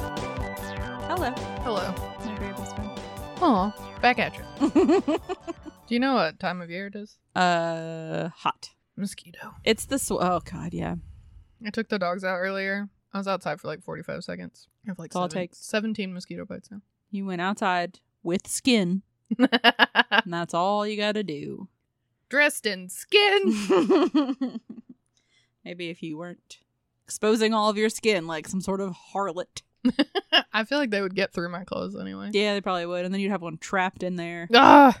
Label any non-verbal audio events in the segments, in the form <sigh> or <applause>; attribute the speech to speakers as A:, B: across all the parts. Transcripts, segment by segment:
A: Hello.
B: Hello.
A: My very best friend.
B: Oh, back at you. Do you know what time of year it is?
A: <laughs> uh, hot.
B: Mosquito.
A: It's the sw- oh god, yeah.
B: I took the dogs out earlier. I was outside for like 45 seconds. I have like
A: That's all it
B: seven-
A: takes.
B: 17 mosquito bites now.
A: You went outside with skin, and that's all you got to do.
B: <laughs> Dressed in skin. <laughs>
A: Maybe if you weren't exposing all of your skin like some sort of harlot.
B: I feel like they would get through my clothes anyway.
A: Yeah, they probably would, and then you'd have one trapped in there,
B: Ah,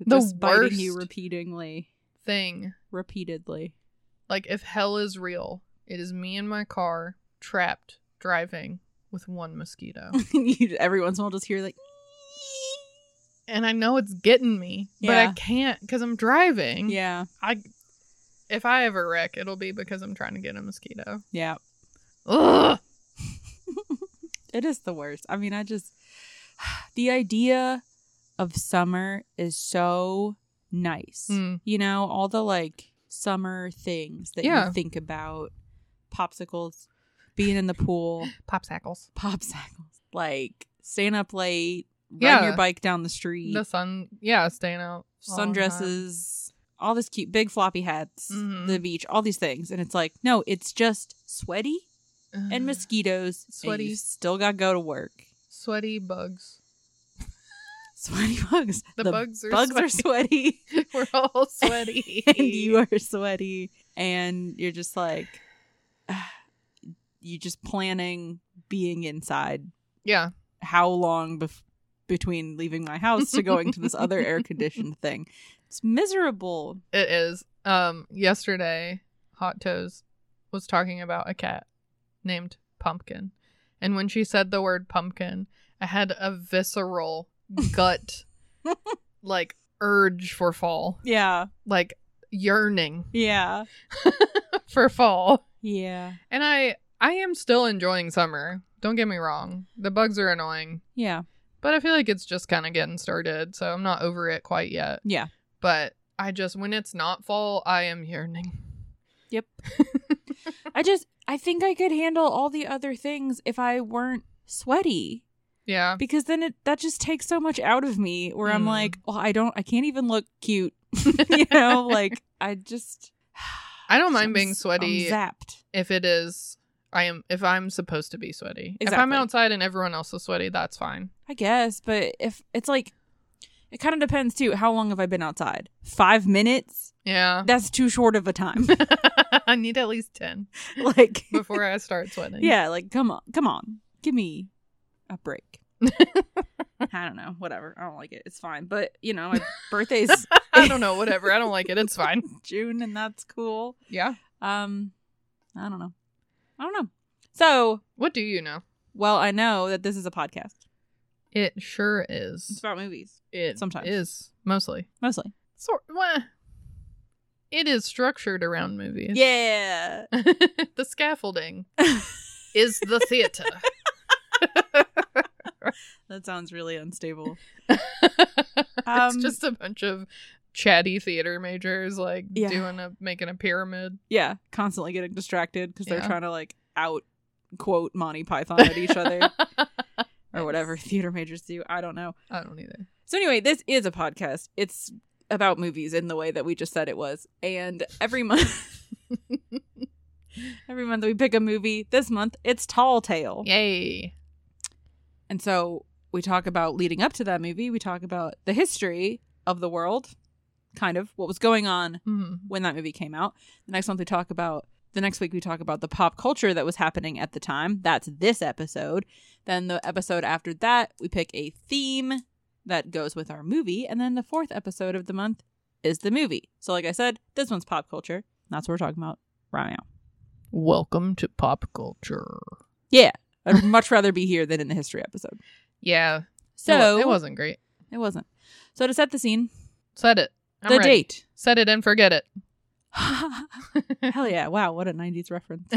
B: The
A: just biting you
B: worst.
A: repeatedly,
B: thing.
A: repeatedly. <laughs>
B: Like if hell is real, it is me in my car trapped driving with
A: <laughs>
B: one mosquito.
A: you, every once in a while, just hear like,
B: and I know it's getting me, but
A: Yeah.
B: I can't cuz I'm driving.
A: yeah,
B: I if I ever wreck, it'll be because I'm trying to get a mosquito.
A: yeah.
B: Ugh.
A: It is the worst. I mean, I just <sighs> the idea of summer is so nice.
B: Mm.
A: You know, all the like summer things that
B: Yeah.
A: you think about popsicles, being in the pool,
B: <laughs> Hmm, Popsicles.
A: popsicles, like staying up late, riding
B: Yeah.
A: your bike down the street,
B: The sun, yeah, staying out. all night.
A: sundresses, all this cute big floppy hats,
B: Mhm.
A: the beach, all these things. And it's like, no, it's just sweaty
B: Ugh. <sighs>
A: and mosquitoes. And
B: Sweaty.
A: you still got to go to work.
B: sweaty bugs.
A: Sweaty bugs.
B: <laughs> The bugs are
A: bugs are sweaty, <laughs>
B: <laughs> We're all sweaty.
A: and you are sweaty, and you're just like, <sighs> you just planning being inside.
B: yeah,
A: How long bef- between leaving my house to going to this other
B: <laughs>
A: air conditioned thing? It's miserable.
B: it is. Um, yesterday, Hot Toes was talking about a cat named Pumpkin, and when she said the word pumpkin, I had a visceral
A: <laughs>
B: gut, like urge for fall,
A: Yeah,
B: like yearning <laughs>
A: yeah,
B: for fall.
A: yeah,
B: And I, I am still enjoying summer. Don't get me wrong. The bugs are annoying,
A: yeah,
B: but I feel like it's just kind of getting started, so I'm not over it quite yet.
A: yeah.
B: but I just when it's not fall, I am yearning.
A: I just, I think I could handle all the other things if I weren't sweaty.
B: Yeah.
A: because then it that just takes so much out of me where
B: Mm.
A: I'm like, well, I don't I can't even look cute. <laughs> <laughs> you know, like I just
B: I don't mind
A: I'm
B: being
A: s-
B: sweaty
A: I'm zapped.
B: if it is I am if I'm supposed to be sweaty. If I'm
A: Exactly.
B: outside and everyone else is sweaty, that's fine.
A: I guess, but if it's like it kind of depends too how long have I been outside? 5 minutes? <laughs>
B: Yeah.
A: That's too short of a time. <laughs>
B: I need at least 10
A: like
B: before I start sweating.
A: yeah, like come on. Come on. Give me a
B: <laughs>
A: break. I don't know, whatever. I don't like it. It's fine. But, you know,
B: <laughs>
A: my birthday's
B: I don't know, whatever. I don't like it. It's fine.
A: <laughs> June and that's cool.
B: Yeah.
A: Um, I don't know. I don't know. So,
B: What do you know?
A: well, I know that this is a podcast.
B: It sure
A: It's
B: is.
A: about movies
B: It
A: sometimes.
B: is mostly.
A: mostly.
B: Sort well, it is structured around movies.
A: Yeah.
B: <laughs> the scaffolding is the theater. <laughs>
A: That sounds really unstable.
B: it's
A: Um,
B: just a bunch of chatty theater majors like
A: Yeah.
B: doing a making a pyramid.
A: Yeah, constantly getting distracted because they're
B: Yeah.
A: trying to like out quote Monty Python at <laughs> each
B: <laughs>
A: other or whatever theater majors do. I don't know.
B: I don't either.
A: So anyway, this is a podcast. It's about movies in the way that we just said it was. And every month every month we pick a movie. This month it's Tall Tale.
B: Yay.
A: And so we talk about leading up to that movie, we talk about the history of the world, kind of what was going on
B: Mhm.
A: when that movie came out. The next month we talk about the next week we talk about the pop culture that was happening at the time. That's this episode. Then the episode after that, we pick a theme that goes with our movie, and then the fourth episode of the month is the movie. So like I said, this one's pop culture. and That's what we're talking about right now.
B: Welcome to pop culture.
A: Yeah.
B: <laughs>
A: I'd much rather be here than in the history episode.
B: Yeah. it wa-
A: So
B: it wasn't great.
A: It wasn't. So to set the scene,
B: Set it. I'm
A: the
B: ready.
A: date.
B: Set it and forget it.
A: <laughs> Hell yeah. Wow, what a 90s
B: <laughs>
A: reference.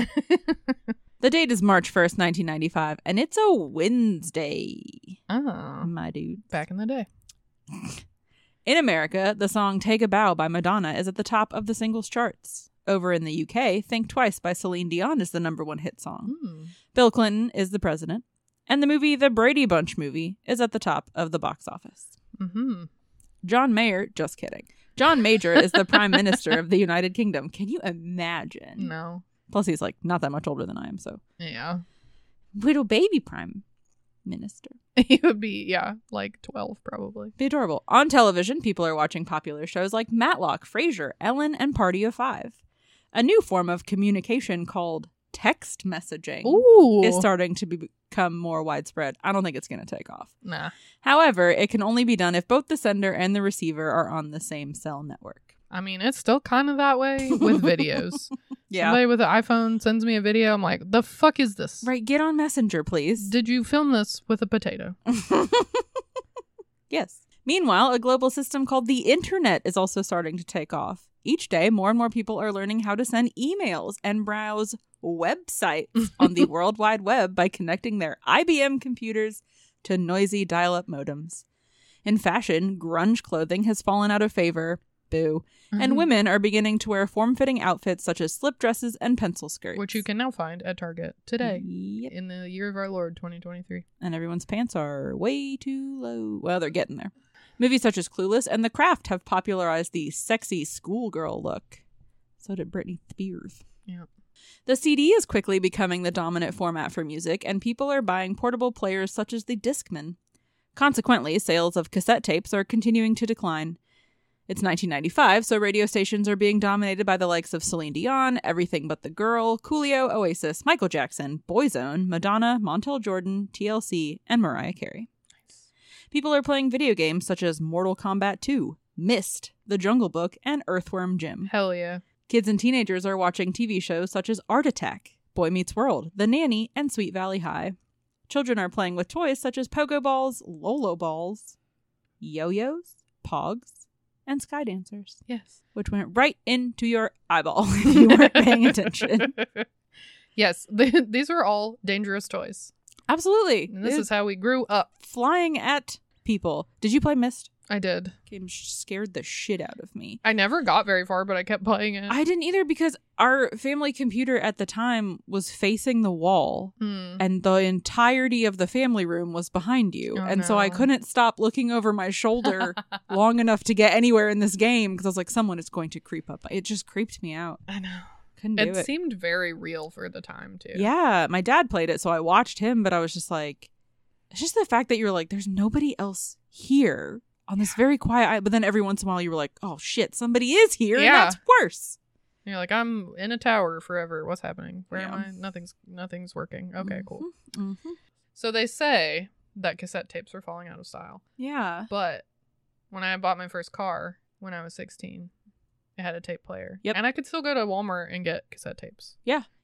A: the date is March 1st, 1995, and it's a Wednesday,
B: oh,
A: my dude.
B: back in the day.
A: In America, the song Take a Bow by Madonna is at the top of the singles charts. Over in the UK, Think Twice by Celine Dion is the number one hit song.
B: Hmm.
A: Bill Clinton is the president. And the movie The Brady Bunch movie is at the top of the box office. Mm.
B: Mm-hmm.
A: John Mayer, just kidding. John Major is the
B: <laughs>
A: prime minister of the United Kingdom. Can you imagine?
B: No.
A: Plus, he's like not that much older than I am, so
B: Yeah. <laughs>
A: little baby prime minister.
B: He would be, yeah, like 12 probably.
A: Be adorable. On television, people are watching popular shows like Matlock, Frasier, Ellen, and Party of Five. A new form of communication called text messaging
B: Ooh.
A: is starting to be- become more widespread. I don't think it's going to take off.
B: nah.
A: However, it can only be done if both the sender and the receiver are on the same cell network.
B: I mean, it's still kind of that way
A: <laughs>
B: with videos. Somebody with an iPhone sends me a video. I'm like, the fuck is this?
A: Right, get on Messenger, please.
B: Did you film this with a potato?
A: <laughs> yes. Meanwhile, a global system called the internet is also starting to take off. Each day, more and more people are learning how to send emails and browse
B: <laughs>
A: websites on the World Wide Web by connecting their IBM computers to noisy dial up modems. In fashion, grunge clothing has fallen out of favor. Boo.
B: Mm-hmm.
A: And women are beginning to wear form fitting outfits such as slip dresses and pencil skirts.
B: Which you can now find at Target today
A: Yep.
B: in the year of our Lord 2023.
A: and everyone's pants are way too low. Well, they're getting there. Movies such as Clueless and The Craft have popularized the sexy schoolgirl look. So did Britney Spears.
B: Yep.
A: The CD is quickly becoming the dominant format for music, and people are buying portable players such as the Discman. Consequently, sales of cassette tapes are continuing to decline. It's 1995, so radio stations are being dominated by the likes of Celine Dion, Everything But the Girl, Coolio, Oasis, Michael Jackson, Boyzone, Madonna, Montel Jordan, TLC, and Mariah Carey. People are playing video games such as Mortal Kombat 2, Myst, The Jungle Book, and Earthworm Jim.
B: Hell yeah.
A: Kids and teenagers are watching TV shows such as Art Attack, Boy Meets World, The Nanny, and Sweet Valley High. Children are playing with toys such as pogo balls, lolo balls, yo-yos, pogs, and sky dancers,
B: Yes.
A: which went right into your eyeball <laughs> if <laughs> you weren't
B: <laughs>
A: paying attention.
B: yes. <laughs> th- these were all dangerous toys.
A: Absolutely.
B: And this
A: They're
B: is how we grew up.
A: flying at people. Did you play Mist?
B: I did.
A: Game scared the shit out of me.
B: I never got very far, but I kept playing it.
A: I didn't either because our family computer at the time was facing the wall
B: Hmm.
A: and the entirety of the family room was behind you.
B: Oh,
A: and so I
B: no.
A: couldn't stop looking over my
B: <laughs>
A: shoulder long enough to get anywhere in this game because I was like, someone is going to creep up. It just creeped me out.
B: I know.
A: Couldn't do
B: It,
A: it.
B: seemed very real for the time, too.
A: yeah, my dad played it, so I watched him, but I was just like, it's just the fact that you were like, there's nobody else here on this very quiet. i- But then every once in a while, you were like, oh shit, somebody is here, and
B: Yeah.
A: that's worse.
B: You're like, I'm in a tower forever. What's happening? Where am
A: Yeah.
B: I? Nothing's nothing's working. Okay, cool.
A: Mhm, mhm.
B: So they say that cassette tapes were falling out of style.
A: Yeah.
B: But when I bought my first car when I was 16, it had a tape player.
A: Yep.
B: And I could still go to Walmart and get cassette tapes.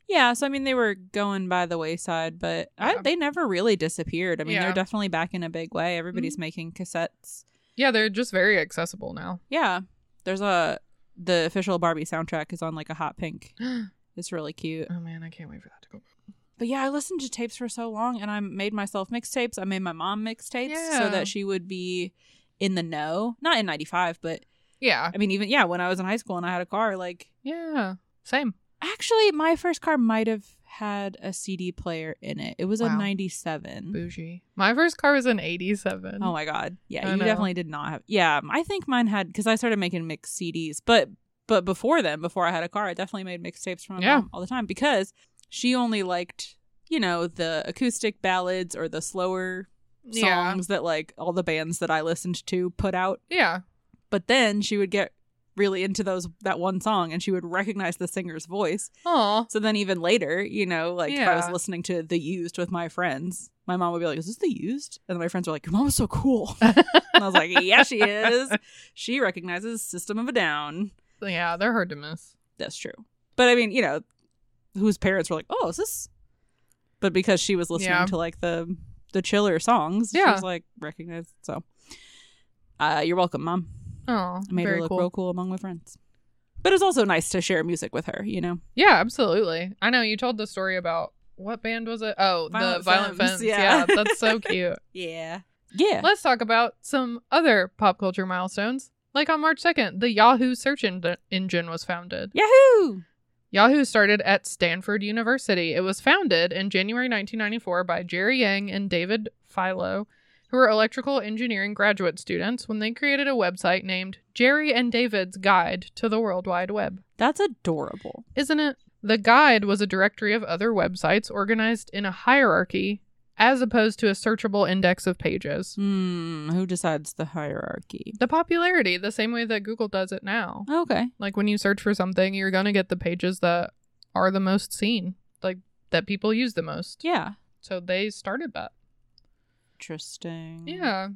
A: Yeah, so I mean they were going by the wayside, but I,
B: Yeah.
A: they never really disappeared. I mean
B: Yeah. Mm-hmm.
A: they're definitely back in a big way. Everybody's making cassettes.
B: Yeah, they're just very accessible now. <gasps>
A: Yeah, there's a the official Barbie soundtrack is on like a hot pink.
B: oh
A: It's really cute.
B: man, I can't wait for that to go.
A: But yeah, I listened to tapes for so long, and I made myself mixtapes. I made my mom mixtapes
B: Yeah.
A: so that she would be in the know. Not in '95, but
B: Yeah.
A: I mean even yeah, when I was in high school and I had a car, like
B: Yeah. Same.
A: Mm-hmm. actually my first car might have had a CD player in it. It was a
B: Wow.
A: '97.
B: Bougie. My first car was an 87.
A: Oh my god. Yeah,
B: I
A: you
B: know.
A: definitely did not have. Yeah, I think mine had cuz I started making mixed CDs, but but before then, before I had a car, I definitely made mixtapes from my
B: Yeah.
A: mom all the time because she only liked, you know, the acoustic ballads or the slower
B: Yeah.
A: songs that like all the bands that I listened to put out.
B: Yeah.
A: But then she would get really into those that one song and she would recognize the singer's voice.
B: Aw.
A: So then even later, you know, like if I was
B: Yeah.
A: listening to The Used with my friends, my mom would be like, "Is this The Used?" And then my friends were like, "Your mom is so cool."
B: <laughs>
A: and I was like, "Yeah, she is. She recognizes System of a Down."
B: yeah, they're hard to miss.
A: That's true. But I mean, you know, whose parents were like, "Oh, is this?" But because she was listening
B: Yeah.
A: to like the the chiller songs, she
B: Yeah.
A: was like recognized. So, uh, you're welcome, mom.
B: Oh,
A: I made
B: very
A: her look
B: cool.
A: real cool among my friends. But it's also nice to share music with her, you know.
B: Yeah, absolutely. I know you told the story about what band was it? Oh, the
A: Violent
B: Violent
A: Femmes,
B: Femmes.
A: yeah.
B: Yeah. that's
A: <laughs>
B: so cute.
A: Yeah. Yeah.
B: Let's talk about some other pop culture milestones. Like on March 2nd, the Yahoo search en- engine was founded.
A: Yahoo!
B: Yahoo started at Stanford University. It was founded in January 1994 by Jerry Yang and David Philo, who were electrical engineering graduate students, when they created a website named Jerry and David's Guide to the World Wide Web.
A: That's adorable.
B: Isn't it? The guide was a directory of other websites organized in a hierarchy as opposed to a searchable index of pages.
A: Hmm. Who decides the hierarchy?
B: The popularity, the same way that Google does it now.
A: Okay.
B: Like when you search for something, you're going to get the pages that are the most seen, like that people use the most.
A: Yeah.
B: So they started that.
A: Interesting.
B: Yeah.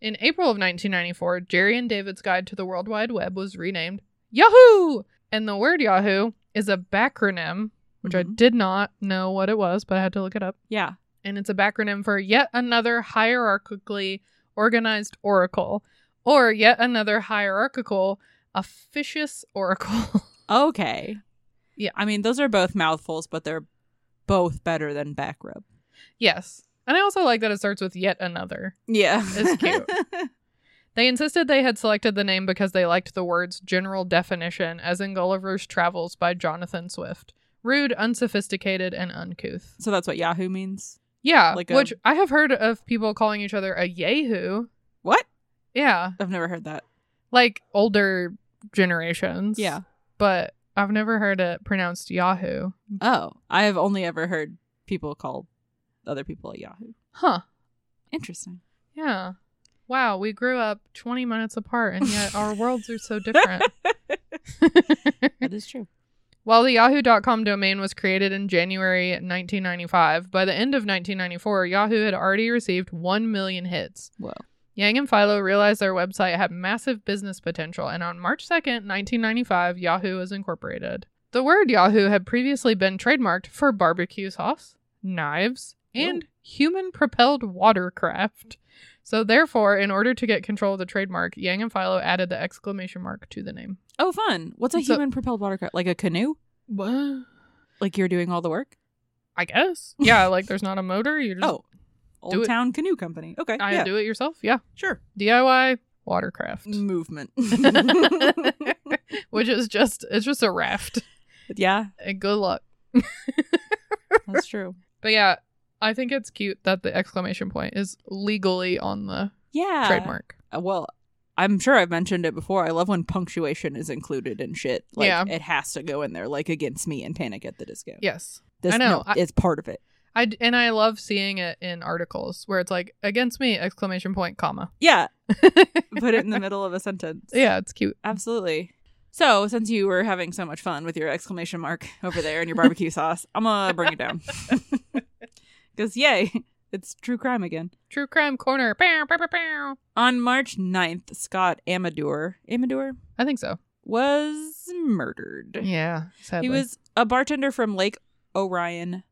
B: In April of 1994, Jerry and David's Guide to the World Wide Web was renamed Yahoo! And the word Yahoo is a backronym, which I
A: Mhm.
B: did not know what it was, but I had to look it up.
A: Yeah.
B: And it's a backronym for Yet Another Hierarchically Organized Oracle, or Yet Another Hierarchical Officious Oracle. <laughs>
A: Okay.
B: Yeah.
A: I mean, those are both mouthfuls, but they're both better than back rub.
B: yes. And I also like that it starts with Yet Another.
A: Yeah.
B: It's cute.
A: <laughs>
B: They insisted they had selected the name because they liked the word's general definition, as in Gulliver's Travels by Jonathan Swift rude, unsophisticated, and uncouth.
A: so that's what Yahoo means?
B: Yeah,
A: Like a-
B: which I have heard of people calling each other a yahoo.
A: What?
B: Yeah,
A: I've never heard that.
B: like older generations.
A: Yeah.
B: But I've never heard it pronounced yahoo.
A: Oh. I have only ever heard people call other people a Yahoo.
B: Huh. <laughs>
A: Interesting.
B: Yeah. Wow, we grew up 20 minutes apart and yet our worlds are so different.
A: That is true.
B: While the Yahoo.com domain was created in January 1995, by the end of 1994, Yahoo had already received 1 million hits.
A: Whoa.
B: Yang and Philo realized their website had massive business potential, and on March 2nd, 1995, Yahoo was incorporated. The word Yahoo had previously been trademarked for barbecue sauce, knives, and human propelled watercraft. So, therefore, in order to get control of the trademark, Yang and Philo added the exclamation mark to the name.
A: Oh, fun. What's a
B: So-
A: human propelled watercraft? Like a canoe?
B: What?
A: Like you're doing all the work?
B: I guess. Yeah, like there's not a motor. You
A: <laughs>
B: just
A: Oh. Old
B: it.
A: Town Canoe Company. Okay.
B: I
A: yeah.
B: do it yourself. Yeah.
A: Sure.
B: DIY
A: <laughs>
B: watercraft.
A: Movement.
B: <laughs> Which is just it's just a raft.
A: yeah,
B: And Eh, good luck.
A: that's true.
B: But yeah, I think it's cute that the exclamation point is legally on the
A: Yeah.
B: trademark.
A: Uh, Well, I'm sure I've mentioned it before. I love when punctuation is included in shit. Like
B: Yeah.
A: it has to go in there, like against me and Panic at the Disco.
B: Yes.
A: This,
B: I know.
A: no,
B: I-
A: it's part of it.
B: I d- and I love seeing it in articles where it's like against me exclamation point comma. <laughs>
A: Yeah. Put it in the middle of a sentence.
B: Yeah, it's cute.
A: Absolutely. So, since you were having so much fun with your exclamation mark over there and your barbecue <laughs> sauce, I'm going to bring it down. <laughs> Because, yay, it's true crime again.
B: True crime corner. Bow, bow, bow, bow.
A: On March 9th, Scott Amador, Amador
B: I think so.
A: was murdered.
B: Yeah, sadly.
A: He was a bartender from Lake Orion,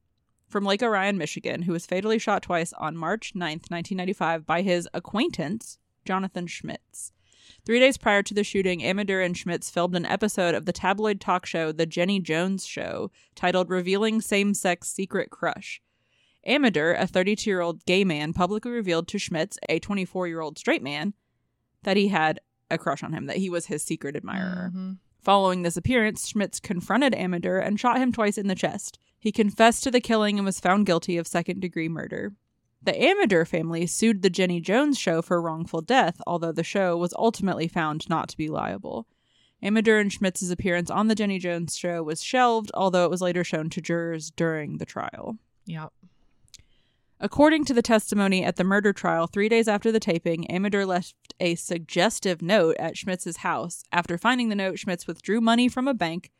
A: from Lake Orion, Michigan, who was fatally shot twice on March 9th, 1995, by his acquaintance, Jonathan Schmitz. Three days prior to the shooting, Amador and Schmitz filmed an episode of the tabloid talk show The Jenny Jones Show titled Revealing Same Sex Secret Crush. Amador, a 32 year old gay man, publicly revealed to Schmitz, a 24 year old straight man, that he had a crush on him, that he was his secret admirer.
B: Mhm.
A: Following this appearance, Schmitz confronted Amador and shot him twice in the chest. He confessed to the killing and was found guilty of second degree murder. The Amador family sued the Jenny Jones show for wrongful death, although the show was ultimately found not to be liable. Amador and Schmitz's appearance on the Jenny Jones show was shelved, although it was later shown to jurors during the trial.
B: Yep.
A: According to the testimony at the murder trial, three days after the taping, Amador left a suggestive note at Schmitz's house. After finding the note, Schmitz withdrew money from a bank,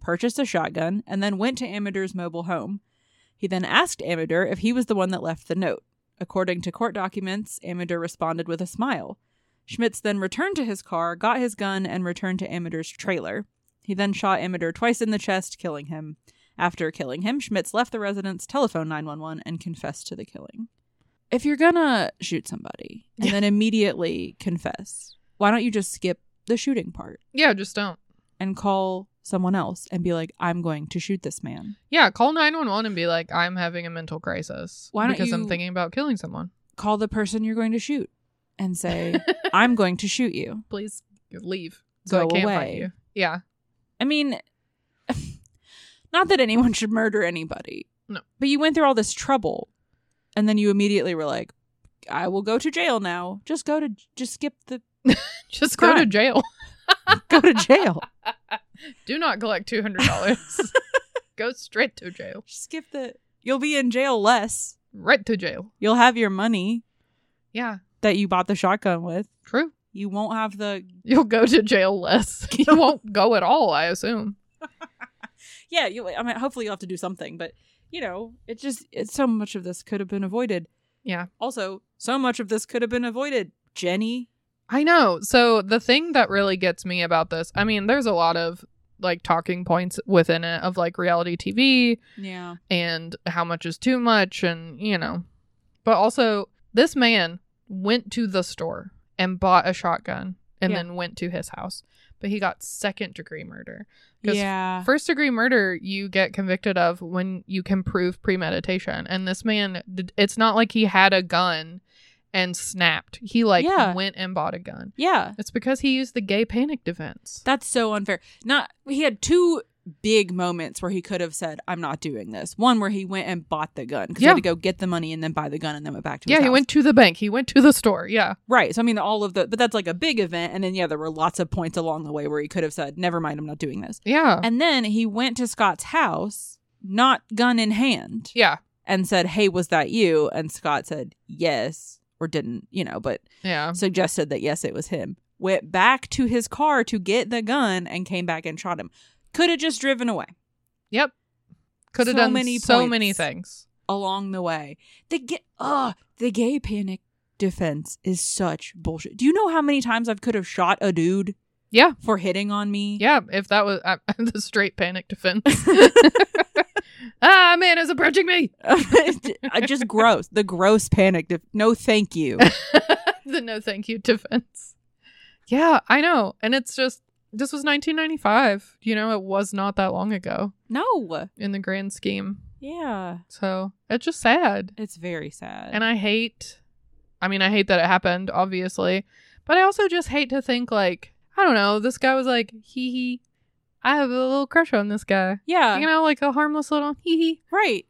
A: purchased a shotgun, and then went to Amador's mobile home. He then asked Amador if he was the one that left the note. According to court documents, Amador responded with a smile. Schmitz then returned to his car, got his gun, and returned to Amador's trailer. He then shot Amador twice in the chest, killing him. After killing him, Schmitz left the residence, telephoned 911, and confessed to the killing. If you're gonna shoot somebody and
B: Yeah.
A: then immediately confess, why don't you just skip the shooting part
B: Yeah, just don't.
A: and call someone else and be like, I'm going to shoot this man?
B: Yeah, call 911 and be like, I'm having a mental crisis.
A: Why don't
B: because
A: you-
B: I'm thinking about killing someone.
A: Call the person you're going to shoot and
B: <laughs>
A: say, I'm going to shoot you.
B: Please leave. So
A: Go
B: I can't
A: away.
B: find you. Yeah. <laughs>
A: I mean, <laughs> not that anyone should murder anybody.
B: No.
A: But you went through all this trouble and then you immediately were like, I will go to jail now. Just go to just skip the
B: Just go to
A: Crime.
B: jail.
A: <laughs> go to jail.
B: Do not collect $200. go straight to jail.
A: Just skip the you'll be in jail less.
B: Right to jail.
A: You'll have your money
B: Yeah.
A: that you bought the shotgun with.
B: True.
A: You won't have the
B: You'll go to jail less. you won't go at all, I assume.
A: Yeah, you I mean hopefully you'll have to do something, but you know, it just it's so much of this could have been avoided.
B: Yeah.
A: Also, so much of this could have been avoided. Jenny,
B: I know. So the thing that really gets me about this, I mean, there's a lot of like talking points within it of like reality TV
A: yeah,
B: and how much is too much and, you know. But also, this man went to the store and bought a shotgun and
A: Yeah.
B: then went to his house. But he got second degree murder. 'Cause
A: yeah,
B: First degree murder you get convicted of when you can prove premeditation. And this man, did- it's not like he had a gun and snapped. He like
A: Yeah.
B: went and bought a gun.
A: yeah.
B: It's because he used the gay panic defense.
A: That's so unfair. Not he had two big moments where he could have said, "I'm not doing this." One where he went and bought the gun because he
B: Yeah.
A: had to go get the money and then buy the gun and then went back to.
B: yeah,
A: his
B: he
A: house.
B: went to the bank. He went to the store. Yeah.
A: right. So I mean, all of the but that's like a big event, and then yeah, there were lots of points along the way where he could have said, "Never mind, I'm not doing this."
B: Yeah.
A: And then he went to Scott's house, not gun in hand,
B: yeah.
A: and said, "Hey, was that you?" And Scott said, "Yes." Or didn't, you know, but
B: Yeah.
A: suggested that yes, it was him. Went back to his car to get the gun and came back and shot him. Could have just driven away
B: Yep. Could have
A: So
B: done
A: many
B: so
A: points.
B: many things.
A: along the way. The gay, ugh, the gay panic defense is such bullshit. Do you know how many times I could have shot a dude
B: Yeah.
A: for hitting on me?
B: Yeah. If that was uh, <laughs> the straight panic defense. <laughs> ah, man is approaching me.
A: <laughs> I just gross. The gross panic. Def- no, thank
B: <laughs>
A: you.
B: the no thank you defense. Yeah, I know. And it's just, this was 1995. You know, it was not that long ago
A: No.
B: in the grand scheme.
A: Yeah,
B: So it's just sad.
A: it's very sad.
B: And I hate, I mean, I hate that it happened, obviously, but I also just hate to think, like, I don't know, this guy was like, hee hee, I have a little crush on this guy.
A: yeah,
B: You know, like a harmless little hee hee.
A: right.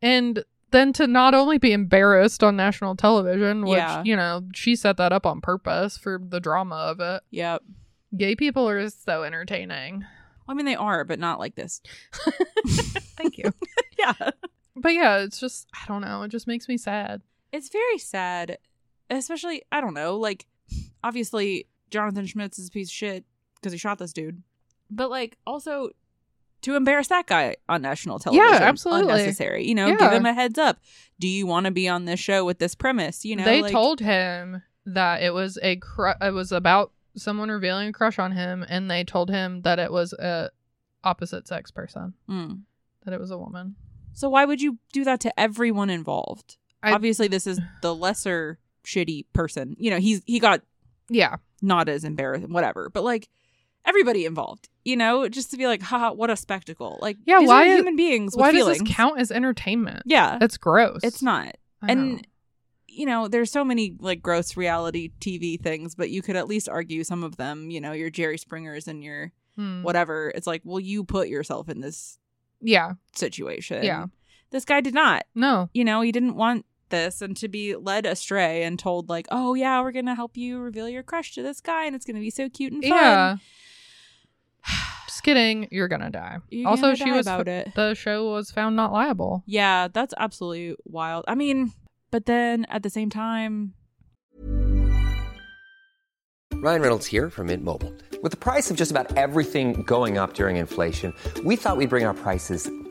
B: And then to not only be embarrassed on national television, which,
A: Yeah.
B: you know, she set that up on purpose for the drama of it.
A: Yep.
B: Gay people are so entertaining.
A: I mean, they are, but not like
B: <laughs>
A: this. <laughs>
B: Thank you.
A: Yeah.
B: <laughs> but yeah, it's just, I don't know, it just makes me sad.
A: it's very sad, especially I don't know, like obviously Jonathan Schmitz is a piece of shit because he shot this dude, but like also to embarrass that guy on national television,
B: absolutely.
A: unnecessary. You know, give
B: Yeah.
A: him a heads up. Do you want to be on this show with this premise? You know,
B: they
A: like-
B: told him that it was a cru- it was about someone revealing a crush on him, and they told him that it was a opposite sex person,
A: Mm.
B: that it was a woman.
A: So why would you do that to everyone involved?
B: I-
A: obviously, this is the lesser shitty person. You know, he's he got
B: Yeah,
A: not as embarrassing, whatever. But like everybody involved, you know, just to be like, haha, what a spectacle. Like,
B: Yeah,
A: these
B: why
A: are
B: is-
A: human beings? With
B: why
A: feelings.
B: does this count as entertainment?
A: Yeah,
B: That's gross.
A: it's not.
B: I
A: and-
B: know.
A: You know, there's so many like gross reality TV things, but you could at least argue some of them. You know, your Jerry Springers and your
B: Hmm.
A: whatever. It's like, well, you put yourself in this
B: Yeah,
A: situation.
B: Yeah.
A: this guy did not.
B: no,
A: You know, he didn't want this and to be led astray and told like oh yeah we're gonna help you reveal your crush to this guy and it's gonna be so cute and fun
B: yeah. Just kidding. You're gonna die.
A: You're
B: also,
A: gonna
B: she
A: die
B: was
A: about it.
B: the show was found not liable.
A: Yeah, that's absolutely wild. I mean, but then at the same time,
C: Ryan Reynolds here from Mint Mobile. With the price of just about everything going up during inflation, we thought we'd bring our prices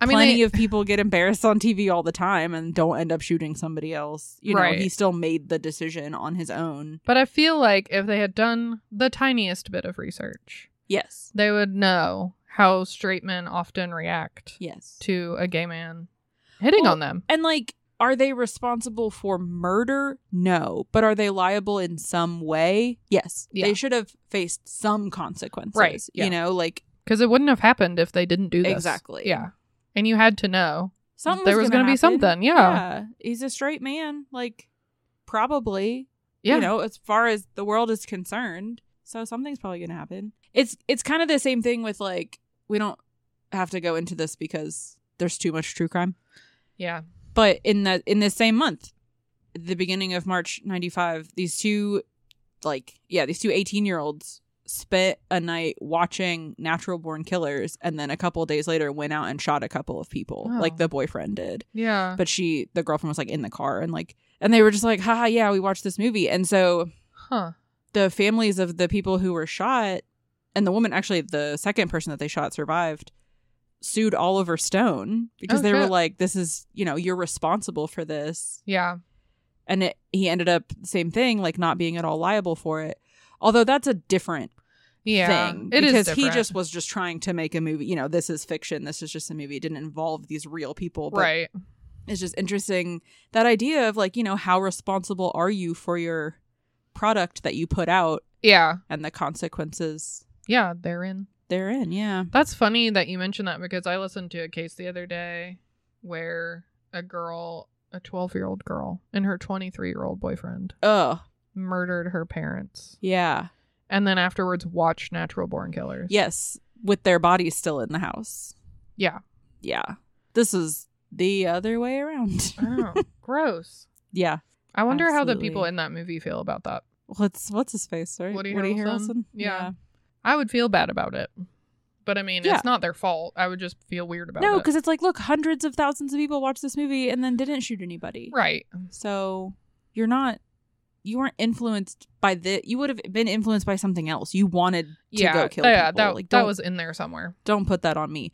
B: I mean,
A: plenty
B: they-
A: of people get embarrassed on TV all the time and don't end up shooting somebody else. You know,
B: Right.
A: he still made the decision on his own.
B: but I feel like if they had done the tiniest bit of research,
A: Yes.
B: they would know how straight men often react
A: Yes.
B: to a gay man hitting
A: Well,
B: on them.
A: And like, are they responsible for murder? No. But are they liable in some way? Yes.
B: Yeah.
A: They should have faced some consequences.
B: Right, yeah.
A: You know, like
B: Because it wouldn't have happened if they didn't do this.
A: Exactly.
B: Yeah. And you had to know.
A: something
B: There was
A: going
B: gonna
A: to
B: be something, yeah.
A: Yeah. He's a straight man. Like, probably.
B: Yeah.
A: you know as far as the world is concerned so something's probably going to happen it's it's kind of the same thing with like we don't have to go into this because there's too much true crime
B: yeah.
A: but in the in this same month the beginning of march 95 these two like yeah these two 18 year olds spent a night watching natural born killers and then a couple of days later went out and shot a couple of people
B: Oh.
A: like the boyfriend did
B: Yeah.
A: but she the girlfriend was like in the car and like and they were just like haha yeah we watched this movie and so
B: huh.
A: the families of the people who were shot and the woman actually the second person that they shot survived sued oliver stone because
B: Oh,
A: they were
B: shit.
A: like this is you know you're responsible for this
B: Yeah.
A: and it, he ended up same thing like not being at all liable for it although that's a different
B: Yeah.
A: thing
B: It is
A: because he
B: different.
A: just was just trying to make a movie you know this is fiction this is just a movie it didn't involve these real people but
B: right.
A: it's just interesting that idea of like you know how responsible are you for your product that you put out
B: Yeah.
A: and the consequences
B: Yeah. They're in.
A: therein yeah
B: That's funny that you mentioned that because I listened to a case the other day where a girl, a 12 year old girl, and her 23 year old boyfriend
A: oh
B: murdered her parents
A: yeah
B: and then afterwards watched Natural Born Killers.
A: yes with their bodies still in the house <laughs>
B: Yeah.
A: yeah this is the other way around <laughs>
B: Oh, gross.
A: yeah
B: I wonder how the people
A: Absolutely.
B: in that movie feel about that.
A: what's what's his face right
B: Woody Harrelson?
A: yeah,
B: Yeah. I would feel bad about it. But I mean,
A: Yeah.
B: it's not their fault. I would just feel weird about
A: no
B: it.
A: because it's like look hundreds of thousands of people watched this movie and then didn't shoot anybody
B: Right.
A: So you're not you weren't influenced by the you would have been influenced by something else. You wanted to
B: yeah.
A: go kill
B: yeah,
A: people.
B: that,
A: like
B: that
A: don't,
B: was in there somewhere.
A: don't put that on me.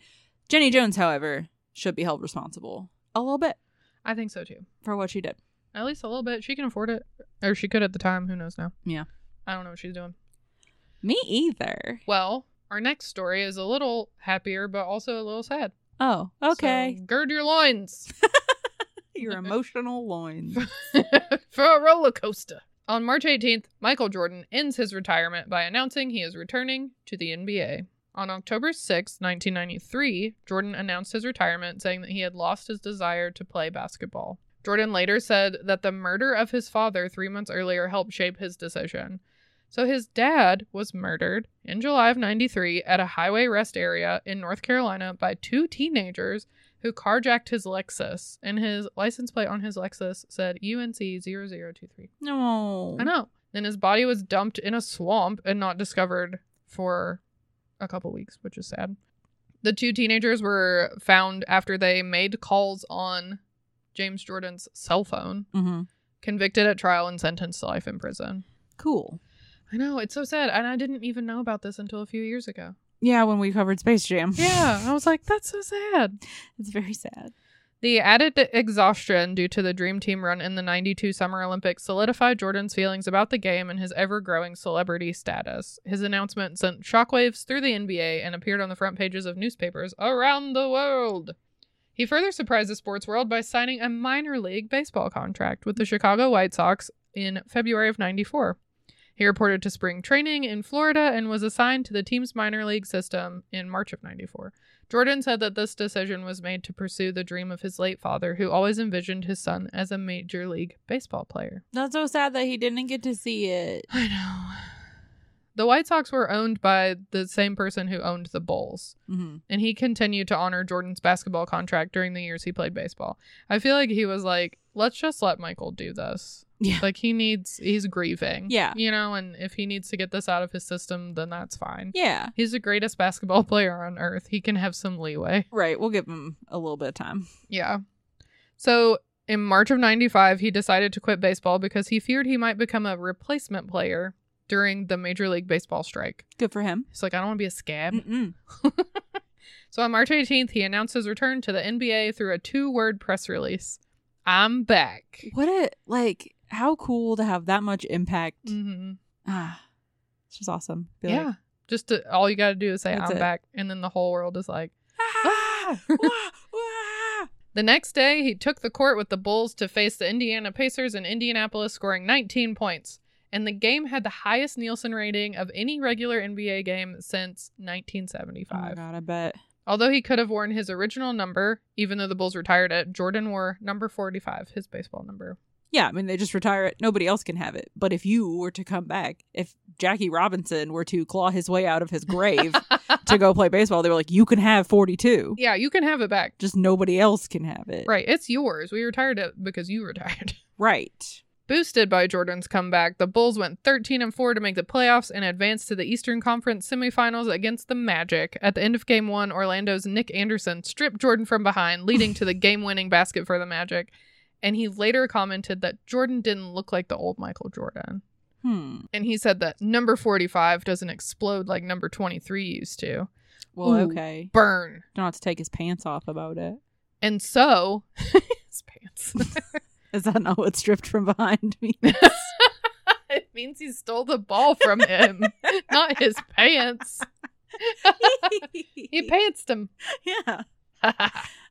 A: Jenny Jones, however, should be held responsible a little bit
B: I think so too.
A: for what she did.
B: At least a little bit. She can afford it. Or she could at the time. Who knows now?
A: Yeah.
B: I don't know what she's doing.
A: Me either.
B: Well, our next story is a little happier, but also a little sad.
A: Oh, okay.
B: So gird your loins
A: Your emotional <laughs> loins.
B: <laughs> for a roller coaster. On March 18th, Michael Jordan ends his retirement by announcing he is returning to the NBA. On October 6, 1993, Jordan announced his retirement, saying that he had lost his desire to play basketball. Jordan later said that the murder of his father three months earlier helped shape his decision. So his dad was murdered in July of 93 at a highway rest area in North Carolina by two teenagers who carjacked his Lexus. And his license plate on his Lexus said UNC 0023.
A: No.
B: I know. Then his body was dumped in a swamp and not discovered for a couple weeks, which is sad. The two teenagers were found after they made calls on James Jordan's cell phone,
A: Mm-hmm.
B: convicted at trial and sentenced to life in prison.
A: Cool.
B: I know, it's so sad. And I didn't even know about this until a few years ago.
A: Yeah, when we covered Space Jam.
B: Yeah, I was like, that's so sad.
A: <laughs> It's very sad.
B: The added exhaustion due to the Dream Team run in the 92 Summer Olympics solidified Jordan's feelings about the game and his ever growing celebrity status. His announcement sent shockwaves through the NBA and appeared on the front pages of newspapers around the world. He further surprised the sports world by signing a minor league baseball contract with the Chicago White Sox in February of 94. He reported to spring training in Florida and was assigned to the team's minor league system in March of 94. Jordan said that this decision was made to pursue the dream of his late father, who always envisioned his son as a major league baseball player.
A: That's so sad that he didn't get to see it.
B: I know. The White Sox were owned by the same person who owned the Bulls,
A: <sighs> Mm-hmm.
B: and he continued to honor Jordan's basketball contract during the years he played baseball. I feel like he was like, let's just let Michael do this.
A: Yeah.
B: Like he needs, he's grieving.
A: Yeah.
B: You know, and if he needs to get this out of his system, then that's fine.
A: Yeah.
B: He's the greatest basketball player on earth. He can have some leeway.
A: Right. We'll give him a little bit of time.
B: Yeah. So in March of 95, he decided to quit baseball because he feared he might become a replacement player during the Major League Baseball strike.
A: Good for him.
B: He's like, I don't want to be a scab.
A: Mm-mm.
B: So on March 18th, he announced his return to the NBA through a two word press release I'm back.
A: What a, like, how cool to have that much impact. <sighs>
B: Mm-hmm.
A: Ah, this was awesome. Be like,
B: Yeah. Just to, all you got to do is say,
A: That's
B: I'm
A: it.
B: back. And then the whole world is like,
A: <laughs> ah, Oh wah, wah.
B: The next day, he took the court with the Bulls to face the Indiana Pacers in Indianapolis, scoring 19 points. And the game had the highest Nielsen rating of any regular NBA game since
A: Oh my
B: 1975.
A: God, I bet.
B: Although he could have worn his original number, even though the Bulls retired it, Jordan wore number 45, his baseball number.
A: Yeah, I mean, they just retire it. Nobody else can have it. But if you were to come back, if Jackie Robinson were to claw his way out of his grave to go play baseball, they were like, you can have 42.
B: Yeah, you can have it back.
A: Just nobody else can have it.
B: Right, it's yours. We retired it because you retired.
A: Right.
B: Boosted by Jordan's comeback, the Bulls went 13 and 4 to make the playoffs and advanced to the Eastern Conference semifinals against the Magic. At the end of game 1, Orlando's Nick Anderson stripped Jordan from behind, leading to the game-winning basket for the Magic. And he later commented that Jordan didn't look like the old Michael Jordan.
A: Hmm.
B: And he said that number 45 doesn't explode like number 23 used to.
A: Well,
B: Ooh.
A: okay.
B: Burn.
A: Don't have to take his pants off about it.
B: And so, <laughs> his pants. <laughs>
A: Is that not what stripped from behind me?
B: it means he stole the ball from him, not his pants.
A: <laughs>
B: He pantsed him. <laughs>
A: yeah.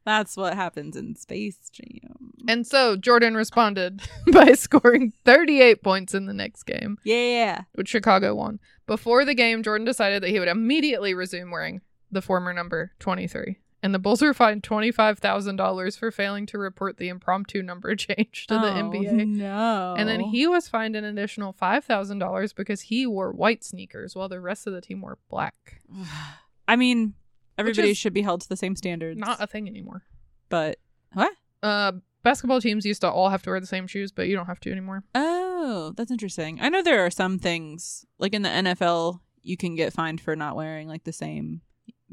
A: That's what happens in Space Jam.
B: and so Jordan responded <laughs> by scoring 38 points in the next game,
A: yeah.
B: which Chicago won. Before the game, Jordan decided that he would immediately resume wearing the former number 23. And the Bulls were fined $25,000 for failing to report the impromptu number <laughs> change to the
A: Oh,
B: NBA.
A: No.
B: And then he was fined an additional $5,000 because he wore white sneakers while the rest of the team wore black.
A: I mean, everybody
B: is
A: should be held to the same standards.
B: Not a thing anymore.
A: but what?
B: Uh, basketball teams used to all have to wear the same shoes, but you don't have to anymore.
A: Oh, that's interesting. I know there are some things like in the NFL you can get fined for not wearing like the same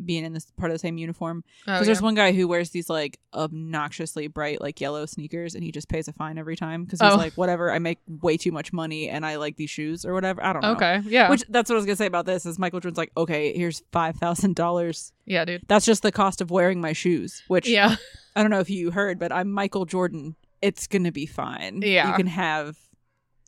A: being in this part of the same uniform.
B: Oh,
A: Because there's
B: yeah.
A: one guy who wears these like obnoxiously bright like yellow sneakers, and he just pays a fine every time because he's
B: Oh.
A: like, whatever, I make way too much money, and I like these shoes or whatever. I don't know.
B: Okay. Yeah.
A: Which that's what I was gonna say about this is Michael Jordan's like, okay, here's five thousand dollars.
B: yeah, dude.
A: That's just the cost of wearing my shoes. Which
B: Yeah.
A: <laughs> I don't know if you heard, but I'm Michael Jordan. It's gonna be fine.
B: Yeah.
A: you can have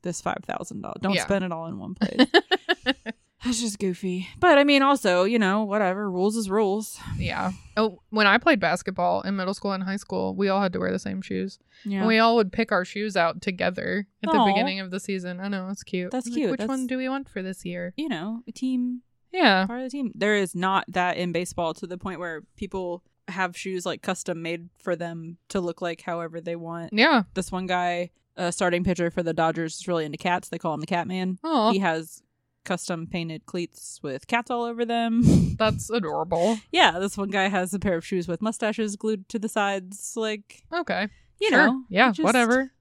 A: this five thousand dollars. Don't
B: Yeah.
A: spend it all in one place.
B: <laughs>
A: that's just goofy. But I mean, also, you know, whatever rules is rules.
B: yeah. Oh, when I played basketball in middle school and high school, we all had to wear the same shoes.
A: Yeah,
B: And we all would pick our shoes out together at
A: Aw.
B: the beginning of the season. I know, it's cute.
A: That's
B: Like,
A: cute.
B: Which
A: That's-
B: one do we want for this year?
A: you know, a team
B: Yeah.
A: part of the team. There is not that in baseball to the point where people have shoes like custom made for them to look like however they want.
B: Yeah.
A: This one guy, a starting pitcher for the Dodgers, is really into cats. They call him the Cat Man.
B: Oh,
A: He has custom painted cleats with cats all over
B: <laughs>
A: them.
B: that's adorable.
A: yeah, this one guy has a pair of shoes with mustaches glued to the sides. Like,
B: Okay.
A: you
B: Sure.
A: know.
B: Yeah,
A: you just-
B: whatever.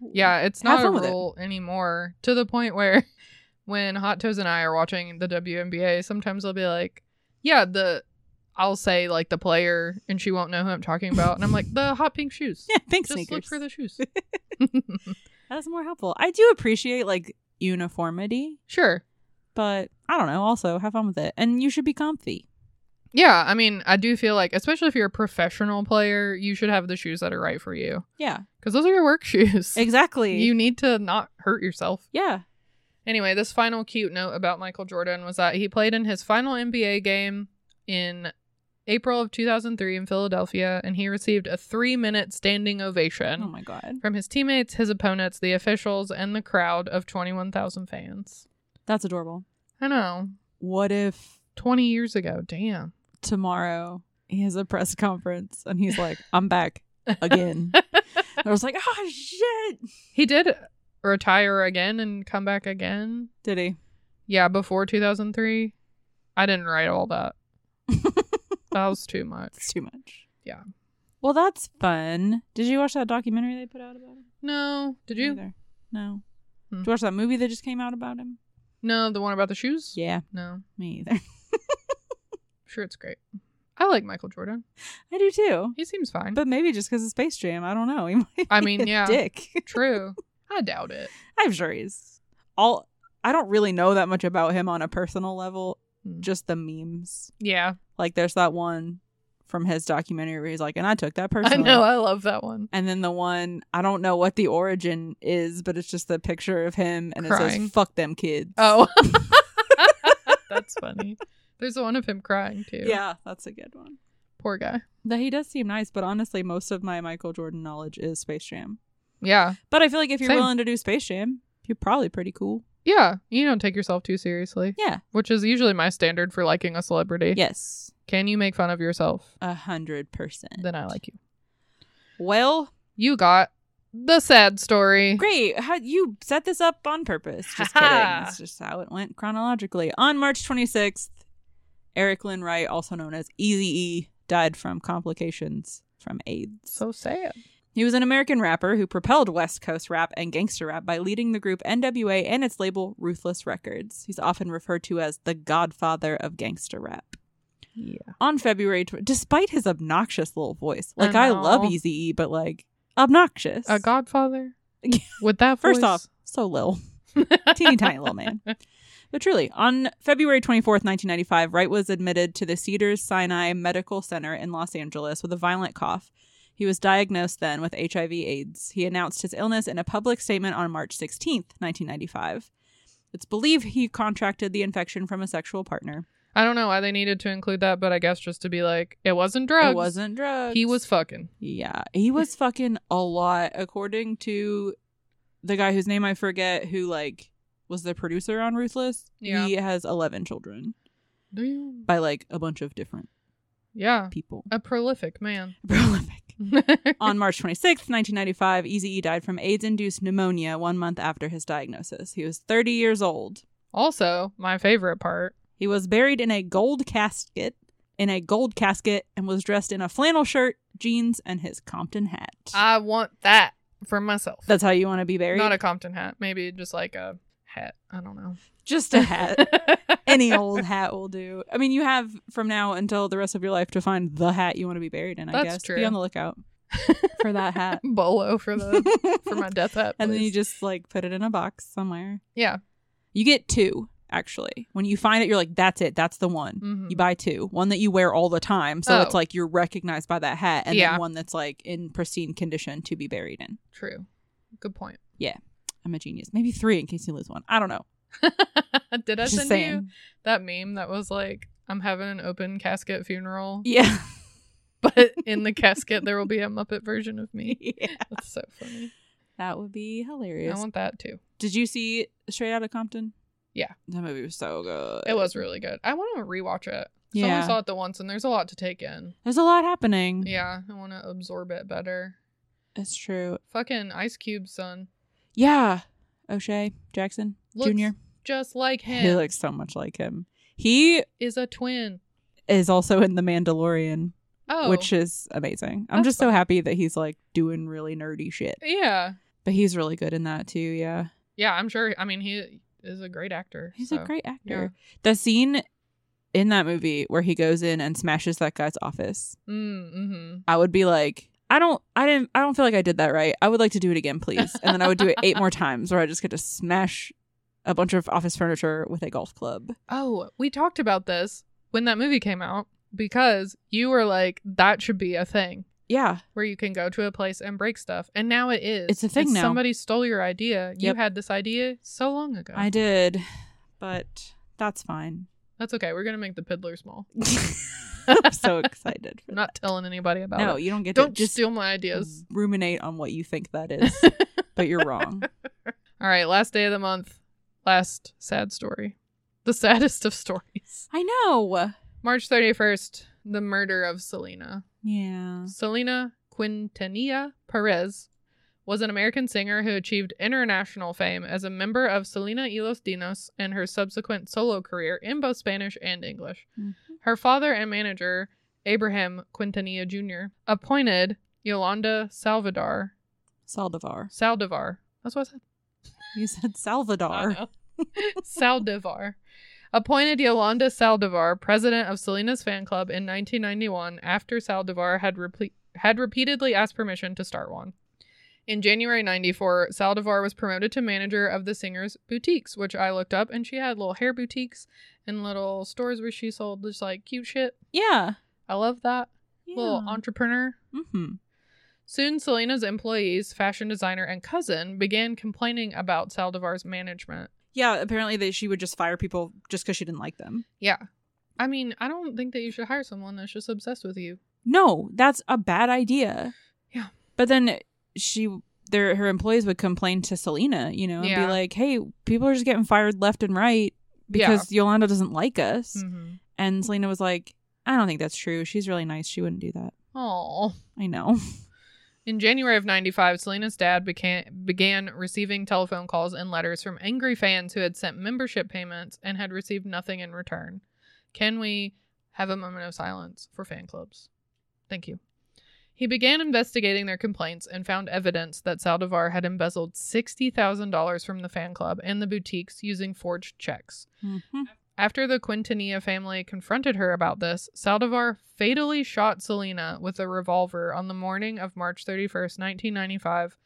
B: Yeah, it's
A: Have
B: not a
A: fun with it.
B: rule anymore to the point where <laughs> when Hot Toes and I are watching the WNBA, sometimes I'll be like, yeah, the I'll say like the player and she won't know who I'm talking about. And I'm like, the hot pink shoes.
A: <laughs> <laughs> Yeah, pink
B: Just
A: sneakers.
B: look for the shoes.
A: <laughs> That's more helpful. I do appreciate like uniformity.
B: <laughs> sure.
A: But I don't know. Also, have fun with it, and you should be comfy.
B: Yeah, I mean, I do feel like, especially if you're a professional player, you should have the shoes that are right for you <laughs>
A: Yeah,
B: because those are your work shoes.
A: exactly.
B: You need to not hurt yourself.
A: yeah,
B: Anyway, this final cute note about Michael Jordan was that he played in his final NBA game in April of 2003 in Philadelphia, and he received a three minute standing
A: oh
B: ovation
A: my god,
B: from his teammates, his opponents, the officials, and the crowd of 21,000 fans.
A: that's adorable.
B: I know.
A: What if
B: 20 years ago. Damn.
A: tomorrow he has a press conference and he's like, "I'm
B: <laughs>
A: back again." I was like, "Oh shit!"
B: He did retire again and come back again.
A: Did he?
B: Yeah, before 2003. I didn't write
A: <laughs>
B: all that. that was too much.
A: It's too much.
B: Yeah.
A: Well, that's fun. Did you watch that documentary they put out about him?
B: No. Did
A: Me
B: you?
A: Either. No.
B: Hmm.
A: Did you watch that movie that just came out about him?
B: No, the one about the shoes?
A: Yeah,
B: No.
A: me either. <laughs>
B: Sure, it's great. I like Michael Jordan.
A: I do too.
B: He seems fine.
A: But maybe just because of Space Jam, I don't know. <laughs> He might
B: I
A: be
B: mean,
A: a
B: yeah.
A: dick.
B: <laughs>
A: <laughs>
B: True. I doubt it.
A: I'm sure he's all. I don't really know that much about him on a personal level.
B: Hmm.
A: Just the memes.
B: Yeah.
A: Like there's that one from his documentary where he's like, and I took that
B: I
A: personally.
B: know. I love that one.
A: And then the one I don't know what the origin is, but it's just the picture of him and it
B: Crying.
A: says "fuck them kids." <laughs>
B: Oh. That's funny. There's one of him crying too.
A: yeah, that's a good one.
B: Poor guy.
A: That he does seem nice, but honestly, most of my Michael Jordan knowledge is Space Jam.
B: Yeah.
A: But I feel like if you're
B: Same.
A: willing to do Space Jam, you're probably pretty cool.
B: Yeah. You don't take yourself too seriously,
A: Yeah.
B: which is usually my standard for liking a celebrity.
A: Yes.
B: Can you make fun of yourself?
A: A hundred percent.
B: Then I like you.
A: Well,
B: You got the sad story.
A: great. How you set this up on purpose.
B: <laughs>
A: Just kidding.
B: Ha-ha.
A: That's just how it went chronologically. On March 26th, Eric Lynn Wright, also known as Easy E, died from complications from AIDS.
B: So sad.
A: He was an American rapper who propelled West Coast rap and gangster rap by leading the group NWA and its label Ruthless Records. He's often referred to as the godfather of gangster rap.
B: Yeah.
A: On February, tw- despite his obnoxious little voice,
B: I
A: like I,
B: know.
A: love Easy E, but like obnoxious. <laughs>
B: A godfather? With that
A: First
B: voice?
A: off, so little, <laughs> teeny tiny little man. But truly, on February 24th, 1995, Wright was admitted to the Cedars Sinai Medical Center in Los Angeles with a violent cough. He was diagnosed then with HIV/AIDS. He announced his illness in a public statement on March 16th, 1995. It's believed he contracted the infection from a sexual partner.
B: I don't know why they needed to include that, but I guess just to be like, it wasn't drugs.
A: It wasn't drugs.
B: He was fucking.
A: Yeah, he was fucking a lot, according to the guy whose name I forget, who like was the producer on Ruthless.
B: Yeah.
A: He has eleven children
B: Damn.
A: by like a bunch of different
B: Yeah.
A: people. <laughs>
B: A prolific man. <laughs>
A: Prolific. on March 26th, 1995, Easy E died from AIDS-induced pneumonia one month after his diagnosis. He was 30 years old.
B: also, my favorite part.
A: He was buried in a gold casket, in a gold casket, and was dressed in a flannel shirt, jeans, and his Compton hat.
B: I want that for myself.
A: That's how you want to be buried.
B: Uh, Not a Compton hat. Maybe just like a hat. I don't know.
A: Just a hat.
B: <laughs>
A: any old hat will do. I mean, you have from now until the rest of your life to find the hat you want to be buried in. I
B: That's
A: guess
B: true.
A: be on the
B: <laughs>
A: lookout for that hat.
B: Bolo for
A: <laughs>
B: the for my death hat.
A: and then you
B: please.
A: just like put it in a box somewhere.
B: yeah.
A: You get two actually. When you find it, you're like, "That's it. That's the one."
B: Mhm.
A: You buy two, one that you wear all the time, so
B: Oh.
A: it's like you're recognized by that hat, and
B: Yeah.
A: then one that's like in pristine condition to be buried in.
B: True. Good point. <laughs>
A: I'm a genius. Maybe three in case you lose one. I don't know.
B: Did I
A: Just
B: send you
A: saying. <laughs>
B: that meme that was like, I'm having an open casket funeral, <laughs>
A: Yeah.
B: but in
A: <laughs>
B: the casket there will be a Muppet version of me.
A: yeah.
B: That's so funny.
A: That would be hilarious.
B: I want that too.
A: Did you see Straight Outta Compton?
B: Yeah.
A: That movie was so good.
B: It was really good. I want to rewatch it. I
A: Yeah. Mm-hmm.
B: only saw it the once, and there's a lot to take in.
A: There's a lot happening.
B: Yeah, I want to absorb it better.
A: It's true.
B: Fucking Ice Cube, son,
A: Yeah. O'Shea Jackson
B: Looks-
A: Jr.
B: just like
A: He
B: him,
A: looks so much like him. He
B: is a twin.
A: is also in The Mandalorian,
B: Oh,
A: which is amazing. I'm
B: That's
A: just so
B: fun.
A: happy that he's like doing really nerdy shit.
B: yeah,
A: But he's really good in that too. Yeah.
B: yeah. I'm sure. I mean, he is a great actor.
A: He's a
B: so-
A: great actor. The scene in that movie where he goes in and smashes that guy's office,
B: Mm, mm-hmm.
A: I would be like, I don't, I didn't, I don't feel like I did that right. I would like to do it again, please. And then I would do it eight more times, where I just get to smash a bunch of office furniture with a golf club.
B: Oh, we talked about this when that movie came out because you were like, that should be a thing
A: Yeah.
B: where you can go to a place and break stuff. And now it is.
A: It's a thing
B: It's
A: now.
B: Somebody stole your idea. You
A: Yep.
B: had this idea so long ago.
A: I did, but that's
B: <laughs>
A: fine.
B: That's okay. We're going to make the piddler small.
A: I'm so excited. For
B: I'm not telling anybody
A: that.
B: about
A: No,
B: it.
A: you don't get
B: Don't
A: to just
B: steal my ideas.
A: ruminate on what you think that
B: <laughs>
A: is, but you're wrong. Mm.
B: All right, last day of the month. Last sad story. The <laughs> saddest of stories.
A: I know.
B: March 31st, the murder of Selena.
A: Yeah.
B: Selena Quintanilla Perez was an American singer who achieved international fame as a member of Selena y los Dinos and her subsequent solo career in both Spanish and English.
A: Mhm.
B: Her father and manager, Abraham Quintanilla Jr., appointed Yolanda Salvador.
A: Saldivar.
B: Saldivar. That's what I said.
A: You said
B: I
A: Salvador.
B: know. <laughs> Saldivar. Appointed Yolanda Saldivar president of Selena's fan club in 1991 after Saldivar had, reple- had repeatedly asked permission to start one. In January 94, Saldivar was promoted to manager of the singer's boutiques, which I looked up, and she had little hair boutiques and little stores where she sold just like cute shit.
A: Yeah.
B: I love that. Little entrepreneur.
A: mm-hmm.
B: Soon, Selena's employees, fashion designer, and cousin began complaining about Saldivar's management.
A: Yeah, apparently that she would just fire people just because she didn't like them.
B: Yeah. I mean, I don't think that you should hire someone that's just obsessed with you.
A: No, that's a bad idea.
B: Yeah.
A: But then she their her employees would complain to Selena, you know, and
B: Yeah.
A: be like, "Hey, people are just getting fired left and right because Yolanda doesn't like us."
B: Hmm.
A: And Selena was like, "I don't think that's true. She's really nice. She wouldn't do that."
B: Oh.
A: I know. <laughs>
B: In January of 95, Selena's dad began, began receiving telephone calls and letters from angry fans who had sent membership payments and had received nothing in return. Can we have a moment of silence for fan clubs? Thank you. He began investigating their complaints and found evidence that Saldivar had embezzled $60,000 from the fan club and the boutiques using forged checks.
A: Mhm.
B: After the Quintanilla family confronted her about this, Saldivar fatally shot Selena with a revolver on the morning of March 31st, 1995,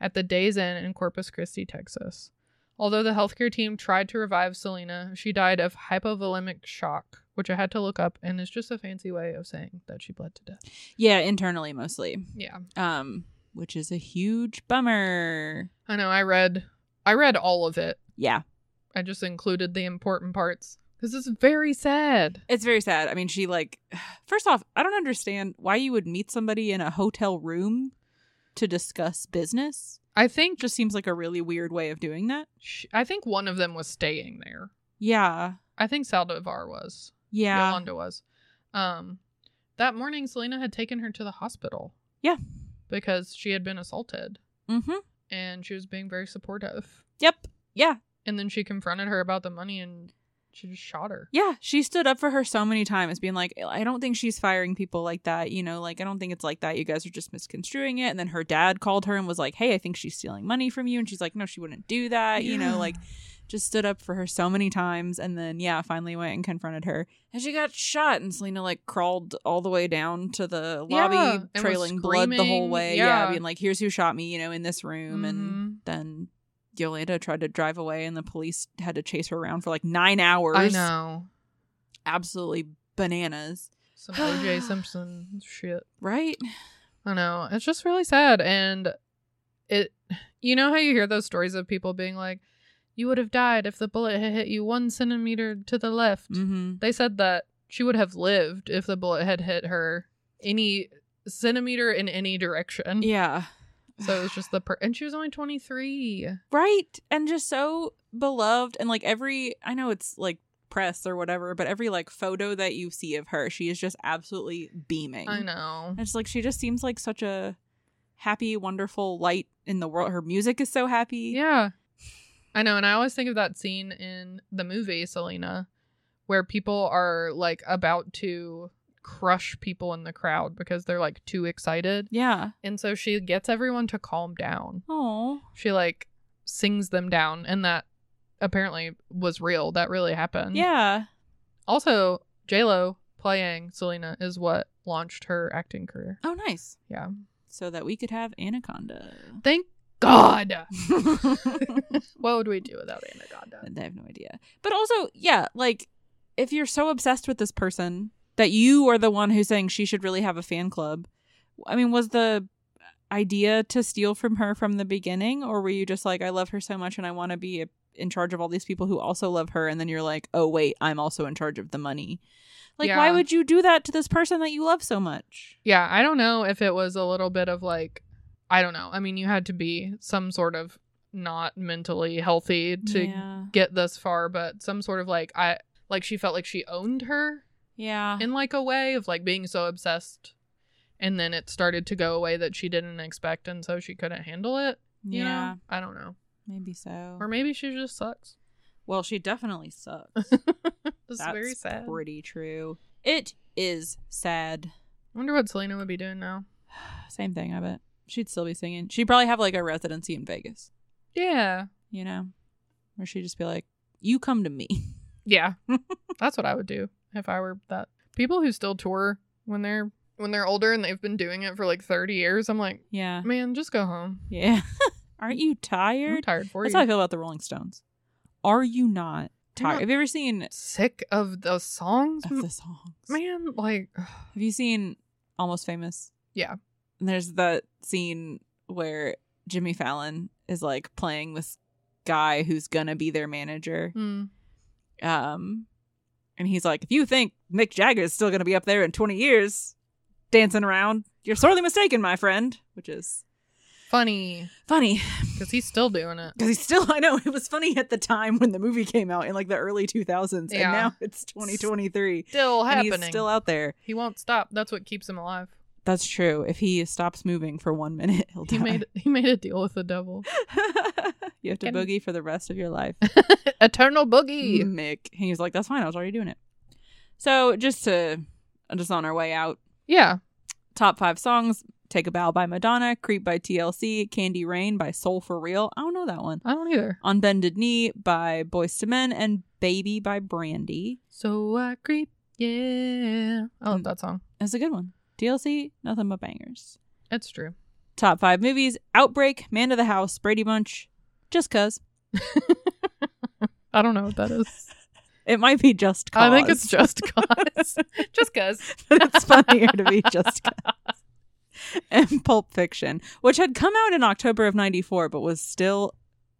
B: at the Days Inn in Corpus Christi, Texas. Although the healthcare team tried to revive Selena, she died of hypovolemic shock, which I had to look up and is just a fancy way of saying that she bled to death.
A: Yeah, internally mostly.
B: Yeah.
A: Um, which is a huge bummer.
B: I know I read I read all of it.
A: Yeah.
B: I just included the important parts cuz it's very sad.
A: It's very sad. I mean, she like <sighs> first off, I don't understand why you would meet somebody in a hotel room to discuss business.
B: I think
A: Just seems like a really weird way of doing that.
B: sh I think one of them was staying there.
A: Yeah.
B: I think Saldivar was.
A: Yeah.
B: Yolanda was. Um, that morning, Selena had taken her to the hospital.
A: Yeah.
B: Because she had been assaulted
A: Mhm.
B: and she was being very supportive.
A: Yep. Yeah.
B: And then she confronted her about the money and she just shot her.
A: Yeah, she stood up for her so many times being like, "I don't think she's firing people like that, you know, like I don't think it's like that. You guys are just misconstruing it." And then her dad called her and was like, "Hey, I think she's stealing money from you." And she's like, "No, she wouldn't do that." You
B: Yeah.
A: know, like just stood up for her so many times and then yeah, finally went and confronted her. And she got shot and Selena like crawled all the way down to the lobby
B: Yeah, and was
A: trailing blood the whole
B: screaming.
A: way. Yeah.
B: Yeah.
A: being like, "Here's who shot me," you know, in this room and
B: Mhm.
A: then Yolanda tried to drive away and the police had to chase her around for like 9 hours
B: I know.
A: absolutely bananas, <sighs>
B: Some OJ Simpson shit.
A: right?
B: I know. It's just really sad. And it, you know how you hear those stories of people being like, you would have died if the bullet had hit you one centimeter to the left.
A: Mm-hmm.
B: They said that she would have lived if the bullet had hit her any centimeter in any direction.
A: Yeah,
B: So it was just the per- and she was only 23.
A: right. And just so beloved, and like every, I know it's like press or whatever, but every like photo that you see of her, she is just absolutely beaming.
B: I know.
A: And It's like she just seems like such a happy, wonderful light in the world. Her music is so happy.
B: Yeah. I know and I always think of that scene in the movie Selena where people are like about to crush people in the crowd because they're like too excited.
A: Yeah.
B: And so she gets everyone to calm down.
A: Oh.
B: She like sings them down and that apparently was real. That really happened.
A: Yeah.
B: Also, J Lo playing Selena is what launched her acting career.
A: Oh, nice.
B: Yeah.
A: So that we could have Anaconda. <laughs>
B: Thank God. <laughs> what would we do without Anaconda?
A: I have no idea. But also, yeah, like if you're so obsessed with this person that you are the one who's saying she should really have a fan club, I mean, was the idea to steal from her from the beginning, or were you just like, I love her so much and I want to be in charge of all these people who also love her, and then you're like, oh wait, I'm also in charge of the money. Like, why
B: Yeah.
A: would you do that to this person that you love so much?
B: Yeah, I don't know if it was a little bit of like, I don't know. I mean, you had to be some sort of not mentally healthy to
A: yeah,
B: get this far, but some sort of like, I like she felt like she owned her
A: yeah,
B: in like a way of like being so obsessed. And then it started to go away that she didn't expect, and so she couldn't handle it. You
A: yeah,
B: know? I don't know.
A: maybe so.
B: Or maybe she
A: <laughs>
B: just sucks.
A: Well, she definitely sucks.
B: <laughs> That's very sad.
A: Pretty true. It is sad. <sighs>
B: I wonder what Selena would be doing now.
A: Same thing, I bet. She'd still be singing. She'd probably have like a residency in Vegas,
B: Yeah.
A: you know? Where she'd just be like, You come to me. <laughs>
B: Yeah. That's what I would do if I were that. People who still tour when they're when they're older and they've been doing it for like 30 years, I'm like,
A: Yeah.
B: man, just go home.
A: Yeah. <laughs> Aren't you tired?
B: I'm tired for
A: That's
B: you.
A: how I feel about the Rolling Stones. Are you not
B: You're
A: tired?
B: not-
A: Have you ever seen
B: Sick of the songs,
A: of the songs?
B: man. Like,
A: Have you seen Almost Famous?
B: Yeah.
A: And there's that scene where Jimmy Fallon is like playing this guy who's gonna be their manager.
B: hmm.
A: Um, and he's like, if you think Mick Jagger is still going to be up there in 20 years dancing around, you're sorely mistaken, my friend. Which is
B: funny
A: funny
B: because he's still
A: <laughs>
B: doing it.
A: because he's still, I know it was funny at the time when the movie came out in like the early 2000s,
B: Yeah.
A: and now it's 2023.
B: Still
A: and
B: happening.
A: he's still out there.
B: he won't stop. That's what keeps him alive.
A: That's true. If he stops moving for one minute, he'll <laughs>
B: He
A: die.
B: made he made a deal with the devil. <laughs>
A: <laughs> you have to
B: Can-
A: boogie for the rest of your
B: <laughs>
A: life.
B: Eternal boogie.
A: Mick. And he's like, that's fine. I was already doing it. So just to, just on our way out,
B: Yeah.
A: Top five songs Take a Bow by Madonna, Creep by TLC, Candy Rain by Soul for Real. I don't know that one.
B: I don't either.
A: On Bended Knee by Boys to Men, and Baby by Brandy.
B: So I creep. Yeah.
A: Mm.
B: I love that song.
A: That's a good one. TLC, nothing but bangers.
B: It's true.
A: Top five movies Outbreak, Man of the House, Brady Bunch, Just Cuz.
B: I don't know what that is.
A: <laughs> It might be Just Cuz.
B: I think it's just <laughs> cause. just cause.
A: but <laughs> it's funnier to be Just Cuz. And Pulp Fiction, which had come out in October of 94, but was still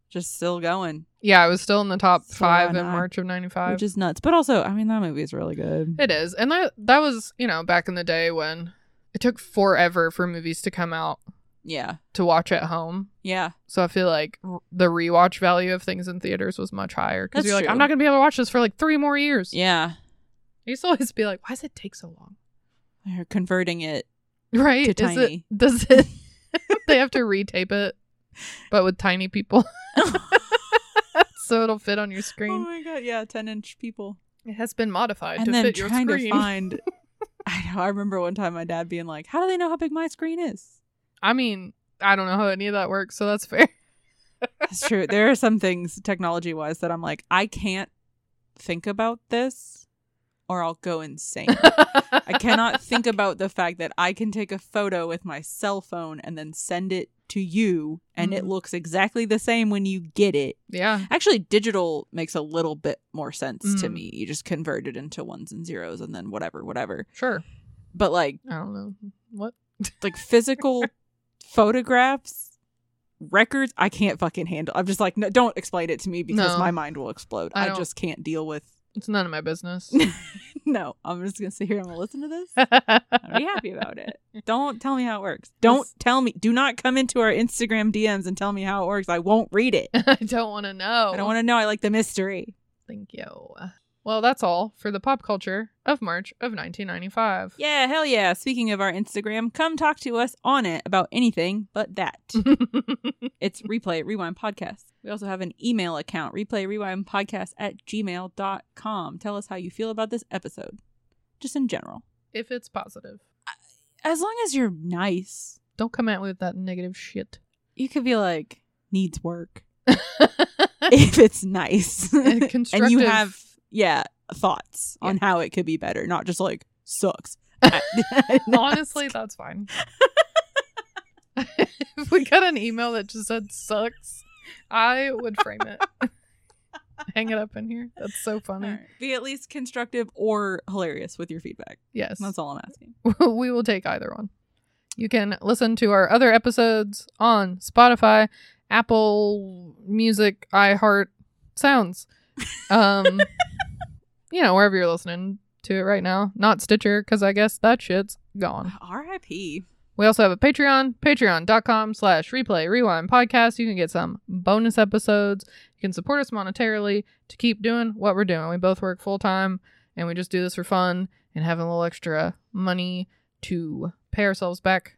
A: just still going.
B: Yeah, I was still in the top
A: So
B: five
A: why
B: in
A: not?
B: March of '95.
A: which is nuts. But also, I mean, that movie is really good.
B: it is, and that that was you know back in the day when it took forever for movies to come out
A: Yeah,
B: to watch at home.
A: yeah,
B: So I feel like r- the rewatch value of things in theaters was much higher because
A: That's
B: you're like, I'm
A: true.
B: not gonna be able to watch this for like three more years.
A: yeah.
B: I used to always be like, why does it take so long?
A: They're converting it.
B: Right?
A: To
B: Is
A: tiny.
B: it <laughs> does it? they have to retape it, but with tiny people, <laughs> so it'll fit on your screen.
A: Oh my god, yeah, ten inch people.
B: It has been modified to
A: and then
B: fit your
A: trying to
B: screen. <laughs>
A: find. I know. I remember one time my dad being like, "How do they know how big my screen is?"
B: I mean, I don't know how any of that works, so that's fair. <laughs>
A: That's true. there are some things technology wise that I'm like, I can't think about this, or I'll go insane. I cannot
B: <laughs>
A: think about the fact that I can take a photo with my cell phone and then send it to you, and it
B: Mhm.
A: looks exactly the same when you get it.
B: Yeah.
A: Actually, digital makes a little bit more sense to
B: Mm.
A: me. You just convert it into ones and zeros and then whatever, whatever.
B: Sure.
A: But like
B: I don't know. What?
A: like
B: <laughs>
A: physical photographs, records, I can't fucking handle. I'm just like, no, don't explain it to me because
B: No.
A: my mind will explode.
B: I
A: I,
B: don't-
A: just can't deal with. <laughs>
B: It's none of my business. <laughs>
A: No, I'm just gonna sit here and I'm gonna listen to this. I'll be
B: yeah.
A: happy about
B: <laughs>
A: it. Don't tell me how it works. Don't
B: This-
A: tell me. Do not come into our Instagram DMs and tell me how it works. I won't read
B: <laughs>
A: it.
B: I don't want to know.
A: I don't want to know. I like the mystery.
B: Thank you. Well, that's all for the pop culture of March of 1995.
A: Yeah, hell yeah. Speaking of our Instagram, come talk to us on it about anything but <laughs> that. it's Replay Rewind Podcast. We also have an email account, replay rewind podcast at gmail.com. Tell us how you feel about this episode, just in general.
B: <laughs> if it's positive,
A: As long as you're nice,
B: don't come at me with that negative shit. <laughs>
A: you could be like, needs work <laughs> if it's nice.
B: <laughs>
A: <laughs>
B: And
A: and you
B: constructive.
A: have, <laughs> yeah, thoughts on
B: Yeah.
A: how it could be better, not <laughs> just like, sucks.
B: Honestly, that's fine. <laughs> if we got an email that just said sucks, I would frame it. Hang it up in here. That's so funny.
A: Alright. Be at least constructive or hilarious with your feedback.
B: Yes.
A: That's all I'm asking.
B: <laughs> we will take either one. You can listen to our other episodes on Spotify, Apple Music, iHeart, Sounds. Um, you know, wherever you're listening to it right now. Not Stitcher, because I guess that shit's gone.
A: R.I.P.
B: We also have a Patreon, patreon.com slash replay rewind podcast. You can get some bonus episodes. You can support us monetarily to keep doing what we're doing. We both work full time and we just do this for fun and having a little extra money to pay ourselves back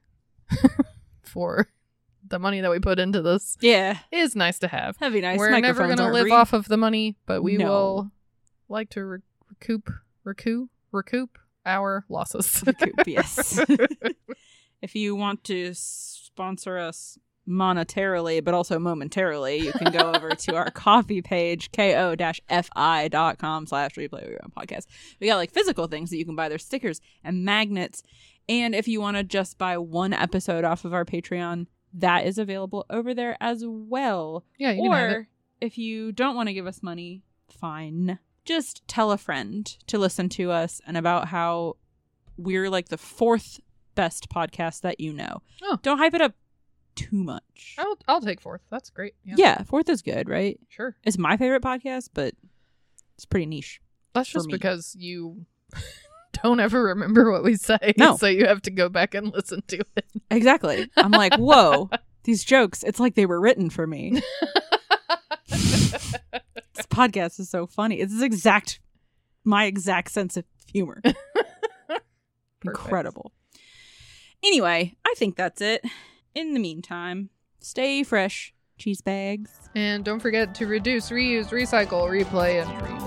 B: <laughs> for the money that we put into this
A: Yeah.
B: is nice to have.
A: That'd be nice.
B: We're never
A: Microphones
B: going to
A: aren't
B: live
A: free.
B: off of the money, but we
A: No.
B: will like to re- recoup, recoup, recoup our losses.
A: Recoup, yes. If you want to sponsor us monetarily, but also momentarily, you can go over to <laughs> our coffee page, ko-fi.com slash replay rerun podcast. We got like physical things that you can buy. There's stickers and magnets. And if you want to just buy one episode off of our Patreon, that is available over there as well.
B: <laughs> yeah, you can have it.
A: or if you don't want to give us money, fine. Just tell a friend to listen to us and about how we're like the fourth best podcast that you know.
B: Oh.
A: Don't hype it up too much.
B: I'll I'll take fourth. That's great.
A: yeah. fourth is good, right?
B: Sure.
A: It's my favorite podcast, but it's pretty niche.
B: That's
A: For
B: just
A: me.
B: because you <laughs> don't ever remember what we say.
A: No.
B: So you have to go back and listen to it.
A: Exactly. I'm like,
B: <laughs>
A: whoa, these jokes, it's like they were written for me. this podcast is so funny. It's this exact, my exact sense of humor.
B: Perfect.
A: Incredible. Anyway, I think that's it. In the meantime, stay fresh, cheese bags.
B: And don't forget to reduce, reuse, recycle, replay, and rewind.